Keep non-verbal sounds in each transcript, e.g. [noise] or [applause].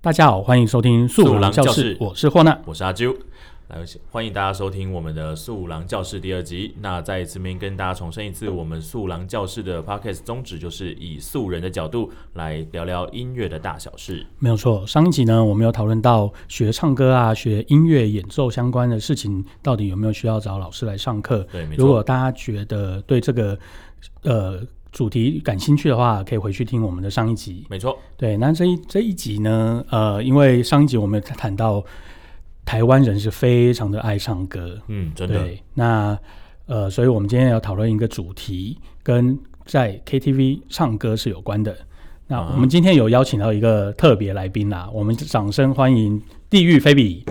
大家好，欢迎收听素五郎郎教教室，室我是霍纳。我是阿啾，来欢迎大家收听我们的《素五郎教室》第二集。那在这边跟大家重申一次，我们《素五郎教室》的 podcast 宗旨就是以素人的角度来聊聊音乐的大小事。没有错，上一集呢，我们有讨论到学唱歌啊、学音乐演奏相关的事情，到底有没有需要找老师来上课？对，没如果错，大家觉得对这个呃主题感兴趣的话，可以回去听我们的上一集。没错，对，那这一这一集呢，呃，因为上一集我们有谈到台湾人是非常的爱唱歌，嗯，真的，对，那呃，所以我们今天要讨论一个主题，跟在 KTV 唱歌是有关的。那啊我们今天有邀请到一个特别来宾啦，我们掌声欢迎地狱菲比。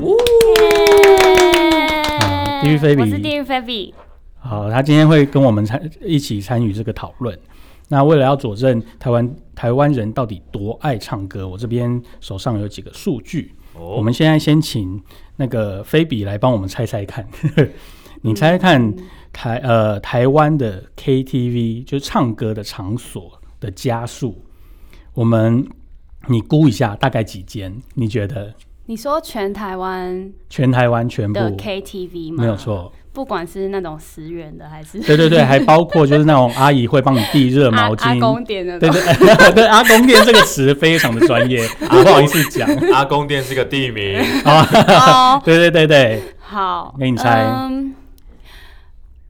啊地狱菲比我是地狱菲比，好，他今天会跟我们参一起参与这个讨论。那为了要佐证台湾台湾人到底多爱唱歌，我这边手上有几个数据，哦我们现在先请那个菲比来帮我们猜猜看， [laughs] 你猜猜看嗯台呃台湾的 KTV 就是唱歌的场所的家数，我们你估一下大概几间？你觉得你说全台湾全台湾全部的 KTV 吗？没有，错？不管是那种十元的还是对对对，还包括就是那 [laughs] 种阿姨会帮你递热阿毛阿巾公。点的对对 [laughs] 对，阿公店这个词非常的专 [laughs] 业，啊不好意思讲阿公店是个 [laughs] 地名，哦，对对对对，好，那你猜嗯，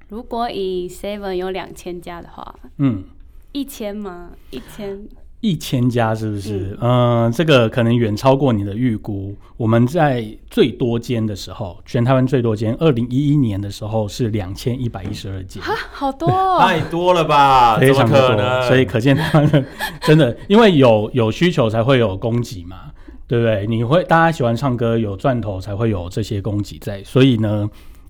如果以 Seven 有两千家的话，嗯，一千吗？一千一千家是不是？嗯、这个可能远超过你的预估。我们在最多间的时候，全台湾最多间，二零一一年的时候是两千一百一十二间，啊，好多、 [laughs] 哦，哎太多了吧？非啊怎常么的可能？多。所以可见他们 [laughs] 真的，因为有有需求才会有供给嘛，对不对？你会大家喜欢唱歌，有赚头才会有这些供给在，所以呢。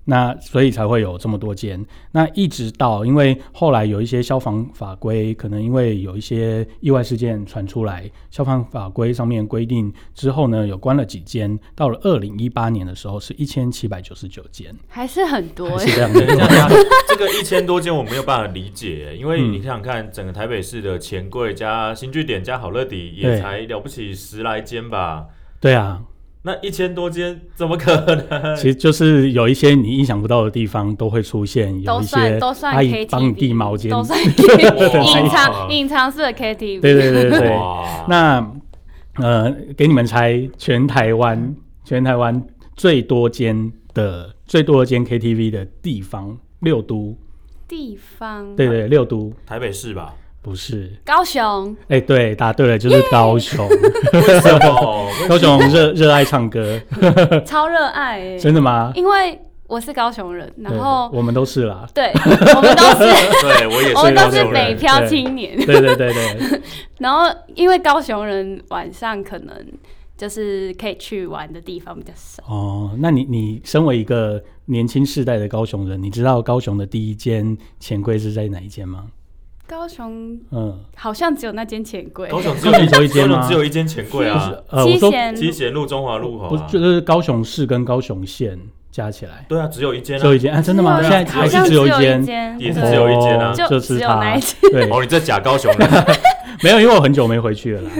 那所以才会有这么多间。那一直到因为后来有一些消防法规，可能因为有一些意外事件传出来，消防法规上面规定之后呢，有关了几间。到了二零一八年的时候，是一千七百九十九间，还是很多还哎、是这样等一的。 [laughs] 下，等一下这个一千多间我没有办法理解，因为嗯你想想看，整个台北市的钱柜加新据点加好乐迪对也才了不起十来间吧？对啊，那一千多间怎么可能？其实就是有一些你意想不到的地方都会出现，有都一算些都算阿姨 KTV，帮你递毛巾都，算 [laughs] 哇隐藏隐藏式的 KTV，哦对对对对对。哇，那呃，给你们猜，全台湾全台湾最多间的最多间 KTV 的地方，六都，地方，对对，六都台北市吧？不是，高雄。哎、对，答对了，就是高雄，为什哦 [laughs] 么？高雄热热爱唱歌，超热爱、欸，真的吗？因为我是高雄人，然后对我们都是啦，对我们都 [laughs] 是对我也我们是都高哦是雄北人，漂青年，对对对对，然后因为高雄人晚上可能就是可以去玩的地方比较少，哦，那你你身为一个年轻世代的高雄人，你知道高雄的第一间钱柜是在哪一间吗？高雄嗯，好像只有那间钱柜，高雄高只雄只有有一间吗高雄只有一间钱柜啊，呃，我七说贤七贤路中华路口不啊，就是高雄市跟高雄县加起来对啊，只有一间只有啊一。间啊？真的吗？只现有在好还像是只有有一间，间，也是只有一间啊哦就就是只有那它一间。对，哦，你这假高雄 [laughs] 人，没有，因为我很久没回去了啦。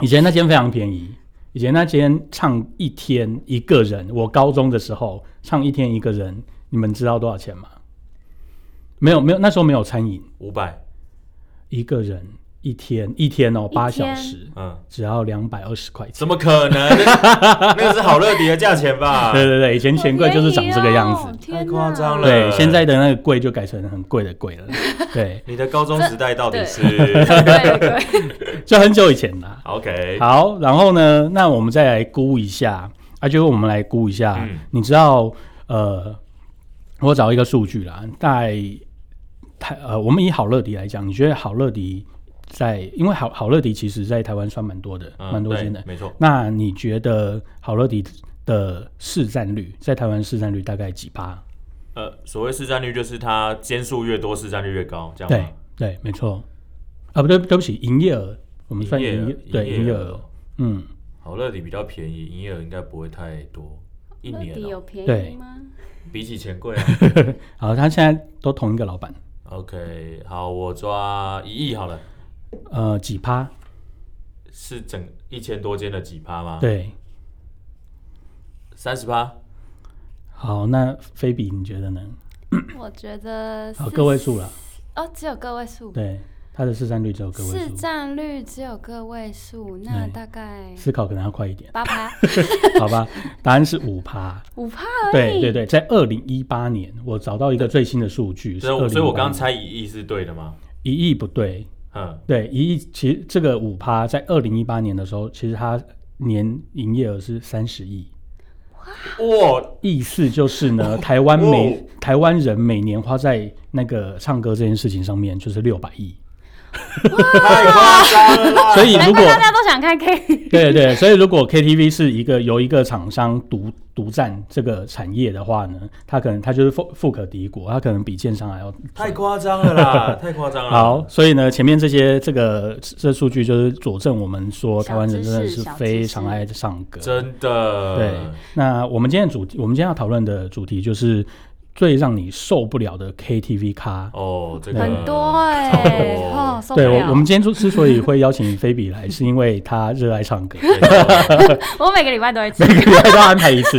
以前那间非常便宜，以前那间唱一天一个人，我高中的时候唱一天一个人，你们知道多少钱吗？没有，没有，那时候没有餐饮，五百，一个人一天一天哦，一八小天时，嗯，只要两百二十块钱。怎么可能？那个是好乐迪的价钱吧？对对对，以前钱柜哦就是长这个样好子。便宜哦太夸张了对，现在的那个柜就改成很贵的柜了。 [laughs] 对，你的高中时代到底是天哪对对对，就很久以前啦。 [laughs] OK？好，然后呢，那我们再来估一下，啊，就是我们来估一下，嗯你知道，呃，我找一个数据啦，在台呃，我们以好乐迪来讲，你觉得好乐迪在，因为好好乐迪其实在台湾算蛮多的，嗯蛮、多间对的。没错。那你觉得好乐迪的市占率在台湾市占率大概几趴？呃，所谓市占率就是它间数越多，市占率越高，这样对吗？对，没错。啊，不对，对不起，营业额，我们算营业额对营业额，嗯，好乐迪比较便宜，营业额应该不会太多，一到年底有哦便宜吗？比起钱柜啊。 [laughs] 好，他现在都同一个老板， OK，好，我抓一亿好了，啊呃，几趴？是整一千多间的几趴吗？，对，三十趴。好，那菲比你觉得呢？我觉得好，是个位数了，哦，只有个位数，对，它的市占率只有个位市数，哎占率只有个位数，那对大概，思考可能要快一点八趴、好吧？ [laughs] 答案是五趴，[laughs] 五趴而对已。对对，在二零一八年我找到一个最新的数据，是所以我，所以我刚才猜一亿是对的吗？一亿不对，嗯，对，一亿其实这个五趴在二零一八年的时候，其实它年营业额是三十亿。哇，意思就是 [laughs] 呢，台湾哦每台湾人每年花在那个唱歌这件事情上面就是六百亿，太夸张了啦！所以难如怪果大家都想看 [laughs] K，对对，所以如果 KTV 是一个由一个厂商独独占这个产业的话呢，它可能它就是富富可敌国，它可能比建商还要太夸张 [laughs] 了啦！太夸啊张了。好，，所以呢，前面这些这个这数据就是佐证我们说小台湾人真的知识是小非知常识爱唱歌，真的。对，那我们今天的主题，我们今天要讨论的主题就是最让你受不了的 KTV 咖。哦，这个啊很多哎、超欸，多哦，受不对，我了。我们今天之之所以会邀请菲比 [laughs] 来，是因为她热爱唱歌， [laughs] 没错我每个礼拜都会吃每。个礼拜都安排一 [laughs] 次，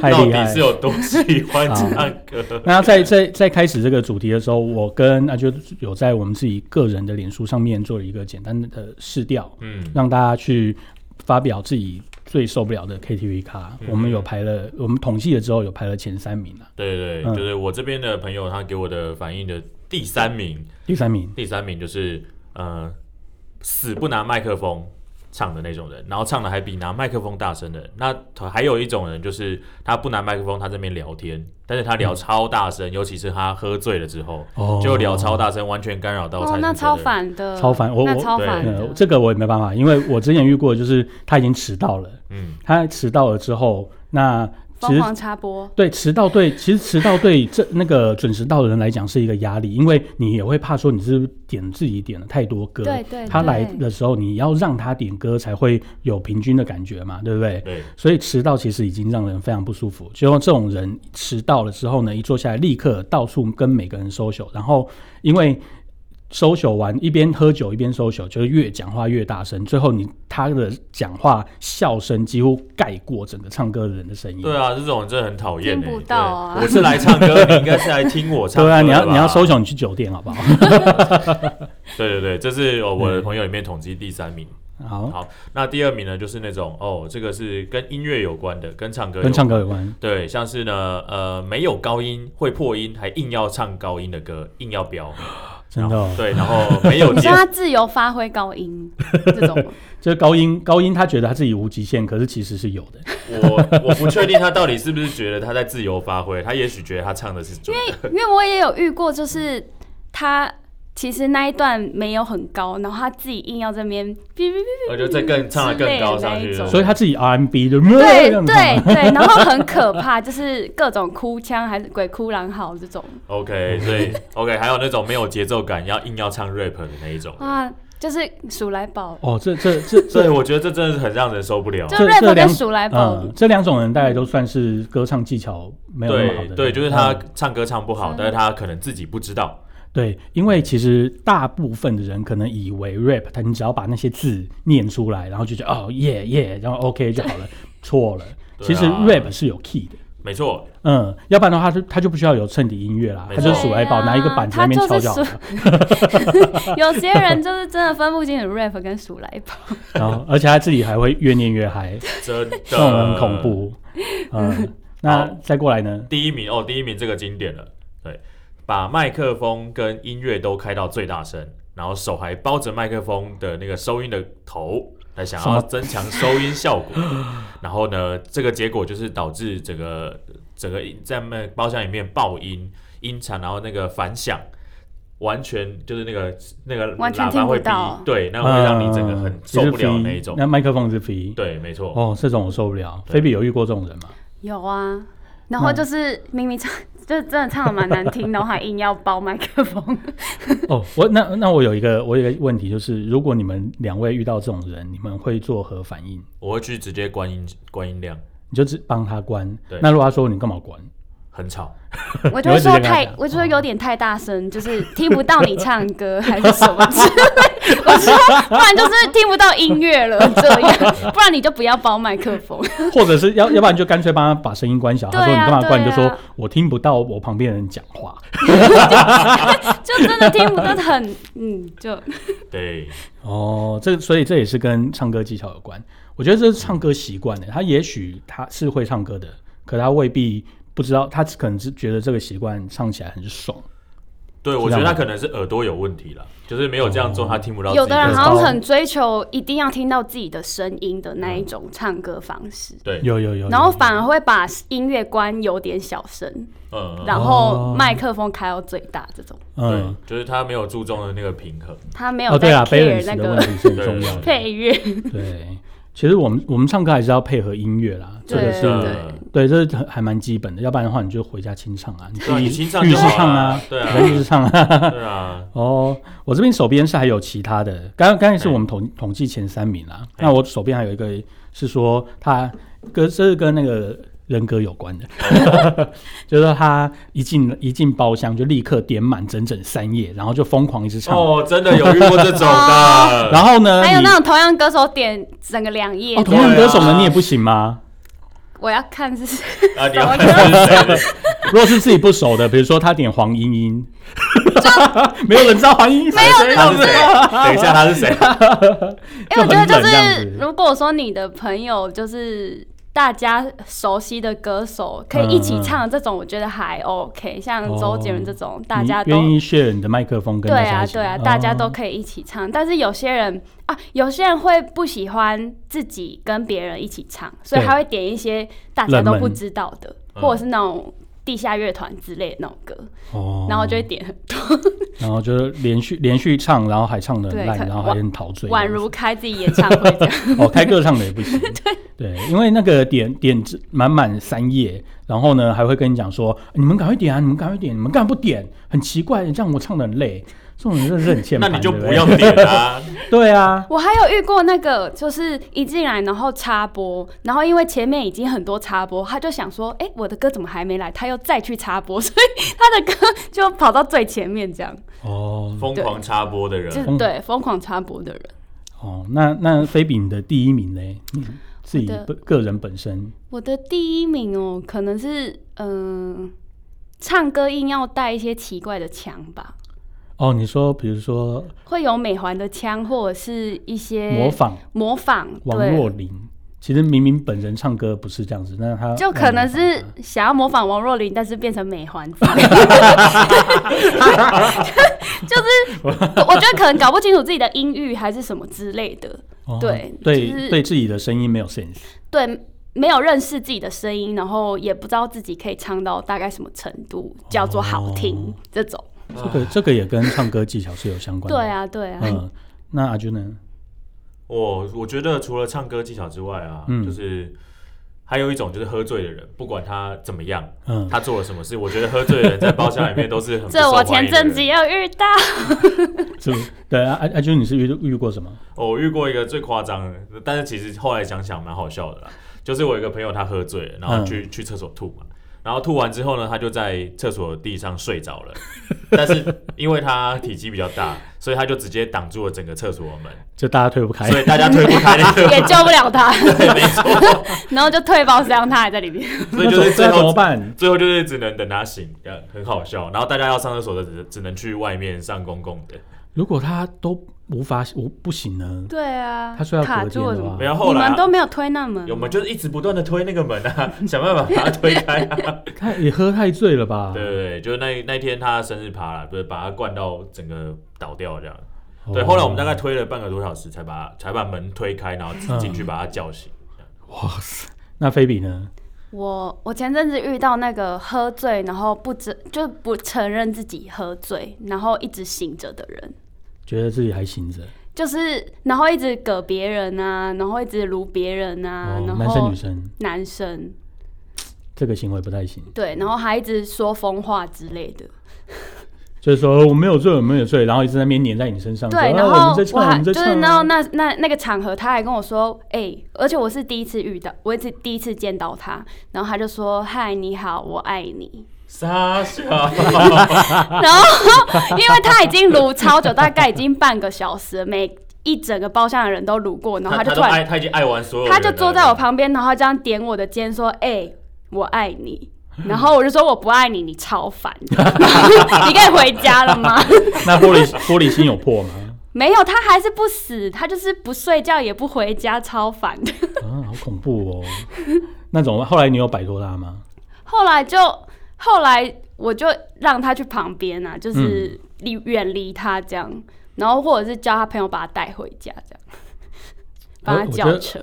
太到厉底害是。有多喜欢唱歌？那在在在开始这个主题的时候，我跟阿就有在我们自己个人的脸书上面做了一个简单的试调，嗯，让大家去发表自己最受不了的 KTV 咖。嗯我们有排了，我们统计了之后有排了前三名啊，对对，嗯就是我这边的朋友，他给我的反应的第三名，第三名第三名就是呃，死不拿麦克风唱的那种人，然后唱的还比拿麦克风大声的人。那还有一种人就是他不拿麦克风，他在那边聊天，但是他聊超大声，尤其是他喝醉了之后，哦就聊超大声，完全干扰到蔡哦，琴那这个超人。反的，超烦我那我超对烦的呃，。这个我也没办法，因为我之前遇过，就是他已经迟到了，嗯，他迟到了之后，那其疯实狂插播，对迟到对，其实迟到对这那个准时到的人来讲是一个压力，因为你也会怕说你是不是点自己点了太多歌，对对，他来对的时候你要让他点歌才会有平均的感觉嘛，对不对？对，所以迟到其实已经让人非常不舒服。就这种人迟到了之后呢，一坐下来立刻到处跟每个人 social，然后因为 social 完一边喝酒一边 social，就是越讲话越大声，最后你他的讲话笑声几乎盖过整个唱歌的人的声音。对啊，这种人真的很讨厌欸。听不到啊对我是来唱歌，你应该是来听我 [laughs] 唱对歌。啊，你要你要收。手，你去酒店好不好？对对对，这是哦我的朋友里面统计第三名。好，好，那第二名呢，就是那种哦，这个是跟音乐有关的，跟唱歌有跟关唱歌有关。对，啊像是呢，呃，没有高音会破音，还硬要唱高音的歌，硬要飙，真的、哦然后，对，然 [laughs] 后没有你接说，他自由发挥高音这种吗，就是高音，高音他觉得他自己无极限，可是其实是有的。我我不确定他到底是不是觉得他在自由发挥，他也许觉得他唱的是准的，因为我也有遇过，就是他其实那一段没有很高，然后他自己硬要这边哔哔哔我就再更唱的更高上去了，所以他自己 RMB 就 [laughs] 对这样子对对，然后很可怕，就是各种哭腔还是鬼哭狼嚎这种 OK，所以 OK，还有那种没有节奏感，要硬要唱 rap 的那一种，啊，就是鼠来宝，哦，这这这这对，我觉得这真的是很让人受不了。就这 rap 这两跟鼠来宝嗯，这两种人大概都算是歌唱技巧没有那么好的对人。对，就是他嗯唱歌唱不好，嗯但是他可能自己不知道。对，因为其实大部分的人可能以为 rap，他你只要把那些字念出来，然后就觉得哦耶耶，然后 [laughs] OK 就好了。错了，对啊其实 rap 是有 key 的。没错，嗯，要不然的话，就他就不需要有衬底音乐啦，没他错就数来宝对啊拿一个板子在那边啊他敲就是就好了。 [laughs] 有些人就是真的分不清楚 rap 跟鼠来宝，然后，而且他自己还会越念越嗨，真的这种人很恐。怖。 [laughs] 嗯，那呃好再过来呢？第一名哦，第一名这个经典了，对，把麦克风跟音乐都开到最大声，然后手还包着麦克风的那个收音的头，来想什要么增强收音 [laughs] 效果。然后呢，这个结果就是导致整个整个在麦包厢里面爆音、音场，然后那个反响。完全就是那个那个完全喇叭会听不到逼，对，那会让你整个很嗯受不了就是那 free，一种。那麦克风是 free，对，没错。哦，这种我受不了。对菲比有遇过这种人吗？有啊，然后就是明明唱。 [laughs] 就真的唱的蛮难听，然后还硬要包麦克风，哦，我那那我有一个我有一个问题，就是如果你们两位遇到这种人，你们会做何反应？我会去直接关音关音量，你就只帮他关对。那如果他说你干嘛关？ [laughs] 很吵， [laughs] 我就会说太你会直接跟他讲，我就说有点太大声，就是听不到你唱歌还是什么之类。我说，不然就是听不到音乐了，这样，不然你就不要包麦克风。或者是要要不然就干脆帮他把声音关小。他说对你啊干嘛关？你就对啊说我听不到我旁边人讲话。就真的听不到 [laughs] 很，嗯，就对，哦，这所以这也是跟唱歌技巧有关。我觉得这是唱歌习惯的，欸他也许他是会唱歌的，可他未必不知道，他可能是觉得这个习惯唱起来很爽。对，我觉得他可能是耳朵有问题了，就是没有这样做，他听不到自己。有的人哈好像很追求一定要听到自己的声音的那一种唱歌方式，对，有有有然后反而会把音乐关有点小声，哦嗯，嗯然后麦克风开到最大这种，嗯，对，就是他没有注重的那个平衡。他没哦有对在啊 care ，balance 那的问个题是很重要的。 [laughs] 配乐，对，其实我们我们唱歌还是要配合音乐啦，这个对是对对，这是很还蛮基本的，要不然的话你就回家清唱啊，你自对啊，己你清唱浴就室好唱了啊，，对你在浴啊，室唱 [laughs] 啊。对啊，哦，我这边手边是还有其他的，刚刚才是我们嗯统统计前三名啦。哎那我手边还有一个是说他跟这是跟那个人格有关的， [laughs] 就是说他一进一进包厢就立刻点满整整三页，然后就疯狂一直唱。哦，真的有遇过这种哦的，然后呢，还有你那种同样歌手点整个两页哦，这同样，样歌手对呢啊你也不行吗？我要看是谁啊，你要什么看是 [laughs] 谁？如果是自己不熟的，比如说他点黄莺 [laughs] 莺，没有人知道黄莺莺是谁，哎谁他是谁？ [laughs] 等一下他是谁？ [laughs] 因为我就觉很得就冷这样是，子如果说你的朋友就是大家熟悉的歌手，可以一起唱这种，我觉得还 OK。像周杰伦这种，大家嗯哦你都愿意 share 你的麦克风跟对大家啊一起对啊，大家都哦可以一起唱。但是有些人啊，有些人会不喜欢自己跟别人一起唱，所以对他会点一些大家冷都门不知道的，嗯或者是那种地下乐团之类的那种歌，哦然后就会点很多，然后就是连续连续唱，然后还唱的很对烂，可然后还很陶醉这宛样子，如开自己演唱会这样。哦开歌唱的也不 [laughs] 行，对因为那个点点子满满三页，然后呢还会跟你讲说你们赶快点啊，你们赶快点，你们干嘛不点？很奇怪，这样我唱的很累，这种人真的 [laughs] 是很欠那盘，你就对不对要点啦。对啊，我还有遇过那个，就是一进来然后插播，然后因为前面已经很多插播，他就想说，哎、我的歌怎么还没来？他又再去插播，所以他的歌就跑到最前面，这样哦疯狂插播的人就，是对疯狂插播的人。哦，那那菲比你的第一名嘞，你自己我的本个人本身我的第一名哦，可能是嗯、唱歌硬要带一些奇怪的腔吧，哦，你说比如说会有美环的腔，或者是一些模仿模仿，王若对，琳，其实明明本人唱歌不是这样子，啊那他就可能是他想要模仿王若琳，但是变成美环子。 [laughs] 我觉得可能搞不清楚自己的音域还是什么之类的，哦对对、就是对自己的声音没有 sense，对，没有认识自己的声音，然后也不知道自己可以唱到大概什么程度叫做好听、哦这种。这个这个也跟唱歌技巧是有相关的。对，啊，对啊，嗯，那阿军呢？我哦我觉得除了唱歌技巧之外啊，嗯就是还有一种就是喝醉的人，不管他怎么样，嗯，他做了什么事，我觉得喝醉的人在包厢里面都是很不这受我欢迎前的人阵子也有遇到，是，对啊，阿阿军，你是遇遇过什么？哦我遇过一个最夸张的，但是其实后来想想蛮好笑的啦。就是我有一个朋友他喝醉了，然嗯后去、去厕所吐嘛，然后吐完之后呢，他就在厕所地上睡着了。 [laughs] 但是因为他体积比较大，所以他就直接挡住了整个厕所门，就大家推不开， [laughs] 所以大家推不开那个也门。救不了他，对，没错。 [laughs] 然后就退包厢，他还在里面。所以就是这最怎么后办？最后就是只能等他醒，呃，很好笑。然后大家要上厕所的只只能去外面上公共的。如果他都无法无不行呢？对啊，他说要卡隔住了天什的话么？没有后你来啊们都没有推那门，我们就是一直不断的推那个门啊， [laughs] 想办法把它推开啊。他也喝太醉了吧？对对对，就是那那天他生日趴了，就是把他灌到整个倒掉这样。哦对，后来我们大概推了半个多小时，才把才把门推开，然后嗯进去把他叫醒。那菲比呢？我我前阵子遇到那个喝醉，然后不知就不承认自己喝醉，然后一直醒着的人。觉得自己还行着，就是然后一直搁别人啊，然后一直撸别人啊，哦然后男生女生男生这个行为不太行。对，然后还一直说疯话之类的，就是说我没有醉，我没有醉，然后一直在那边粘在你身上，对，说然啊、我们后在我唱，我还们在就唱、是啊，然后那那那个场合，他还跟我说，哎、而且我是第一次遇到，我也是第一次见到他，然后他就说，嗨，你好，我爱你。傻 [laughs] 笑， [laughs] 然后因为他已经撸超久，大概已经半个小时了，每一整个包厢的人都撸过，然后他就他突都然爱，他已经爱完所有人了，他就坐在我旁边，然后这样点我的肩说，哎、我爱你。然后我 [laughs] 就说我不爱你，你超烦的，你可以回家了吗？ [laughs] 那玻璃玻璃心有破吗？ [laughs] 没有，他还是不死，他就是不睡觉也不回家，超烦 [laughs] 的。啊，好恐怖哦！那种后来你有摆脱他吗？后来就后来我就让他去旁边啊，就是嗯离远离他这样，然后或者是叫他朋友把他带回家这样，帮他我叫车。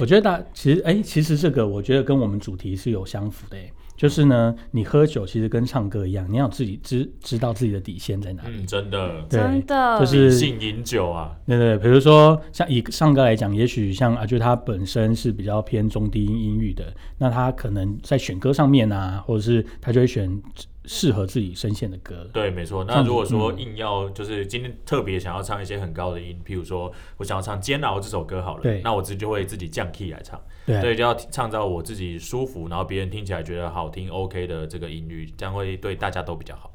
我觉得大其实哎、其实这个我觉得跟我们主题是有相符的、哎就是呢，你喝酒其实跟唱歌一样，你要有自己知知道自己的底线在哪里。嗯，真的，对真的就理是性饮酒啊，对对，对比如说像以上歌来讲，也许像啊阿就他本身是比较偏中低音音域的，那他可能在选歌上面啊，或者是他就会选适合自己声线的歌。对，没错。这那样子如果说嗯硬要就是今天特别想要唱一些很高的音，譬如说我想要唱《煎熬》这首歌好了对，那我自己就会自己降 key 来唱，对啊对，就要唱到我自己舒服，然后别人听起来觉得好听 OK 的这个音域，这样会对大家都比较好。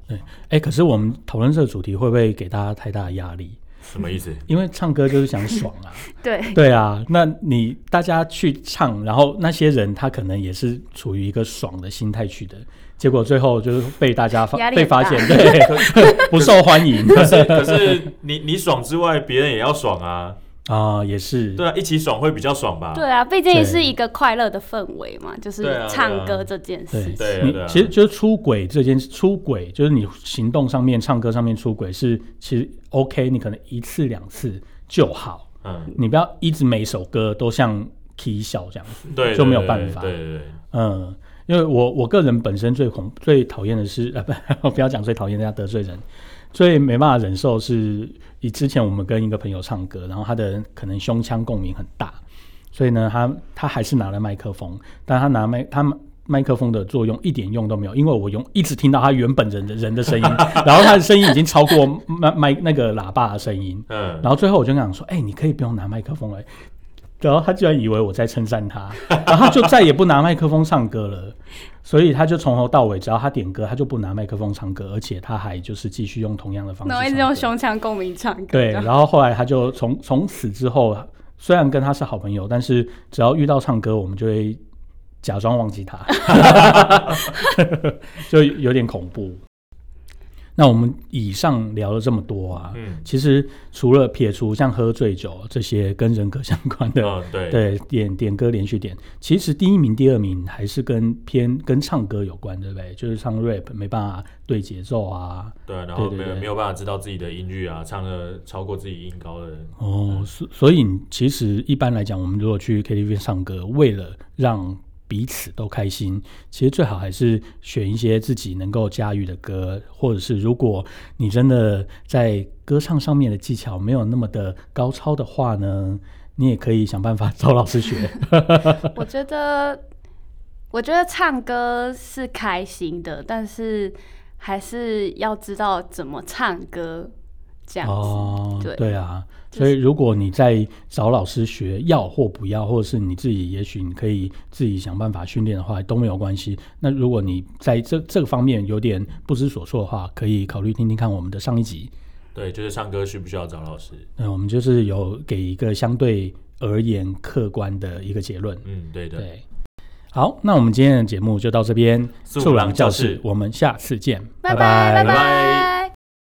哎，可是我们讨论这个主题会不会给大家太大的压力？什么 [laughs] 意思？因为唱歌就是想爽啊， [laughs] 对对啊，那你大家去唱，然后那些人他可能也是处于一个爽的心态去的，结果最后就是被大家发压力被很发大现，对， [laughs] 不受欢迎可是可是你你爽之外，别人也要爽啊，啊、也是对啊，一起爽会比较爽吧？对啊，毕竟对是一个快乐的氛围嘛，就对啊对啊是唱歌这件对事情。对啊你对啊其实就是出轨这件事，出轨就是你行动上面、唱歌上面出轨是其实 OK，你可能一次两次就好，嗯，你不要一直每首歌都像 K 笑这样子，对，就没有对办法对对对，对嗯。因为我我个人本身最恐最讨厌的是，呃，不， [laughs] 我不要讲最讨厌，人家得罪人，最没办法忍受是，以之前我们跟一个朋友唱歌，然后他的可能胸腔共鸣很大，所以呢，他他还是拿了麦克风，但他拿麦他麦克风的作用一点用都没有，因为我用一直听到他原本人的人的声音，然后他的声音已经超过麦麦那个喇叭的声音，嗯，然后最后我就跟他讲说，哎、你可以不用拿麦克风了。然后他居然以为我在称赞他，然后他就再也不拿麦克风唱歌了。所以他就从头到尾，只要他点歌，他就不拿麦克风唱歌，而且他还就是继续用同样的方式然后唱歌。一直用胸腔共鸣唱歌， [laughs] 对，然后后来他就从从此之后，虽然跟他是好朋友，但是只要遇到唱歌，我们就会假装忘记他， [laughs] 就有点恐怖。那我们以上聊了这么多啊，嗯其实除了撇除像喝醉酒这些跟人格相关的，嗯对对点点歌连续点，其实第一名、第二名还是跟偏跟唱歌有关，对不对？就是唱 rap 没办法对节奏啊，对啊，然后对对没有对没有办法知道自己的音域啊，唱的超过自己音高的，哦，所所以你其实一般来讲，我们如果去 KTV 唱歌，为了让彼此都开心，其实最好还是选一些自己能够驾驭的歌，或者是如果你真的在歌唱上面的技巧没有那么的高超的话呢，你也可以想办法找老师学。我觉得，我觉得唱歌是开心的，但是还是要知道怎么唱歌，这样子。哦对啊，就是所以如果你在找老师学要或不要，或者是你自己，也许你可以自己想办法训练的话，都没有关系。那如果你在这这个方面有点不知所措的话，可以考虑听听看我们的上一集。对，就是唱歌需不需要找老师？那我们就是有给一个相对而言客观的一个结论。嗯，对的。对，好，那我们今天的节目就到这边，素素朗朗教教室室，我们下次见，拜拜拜拜拜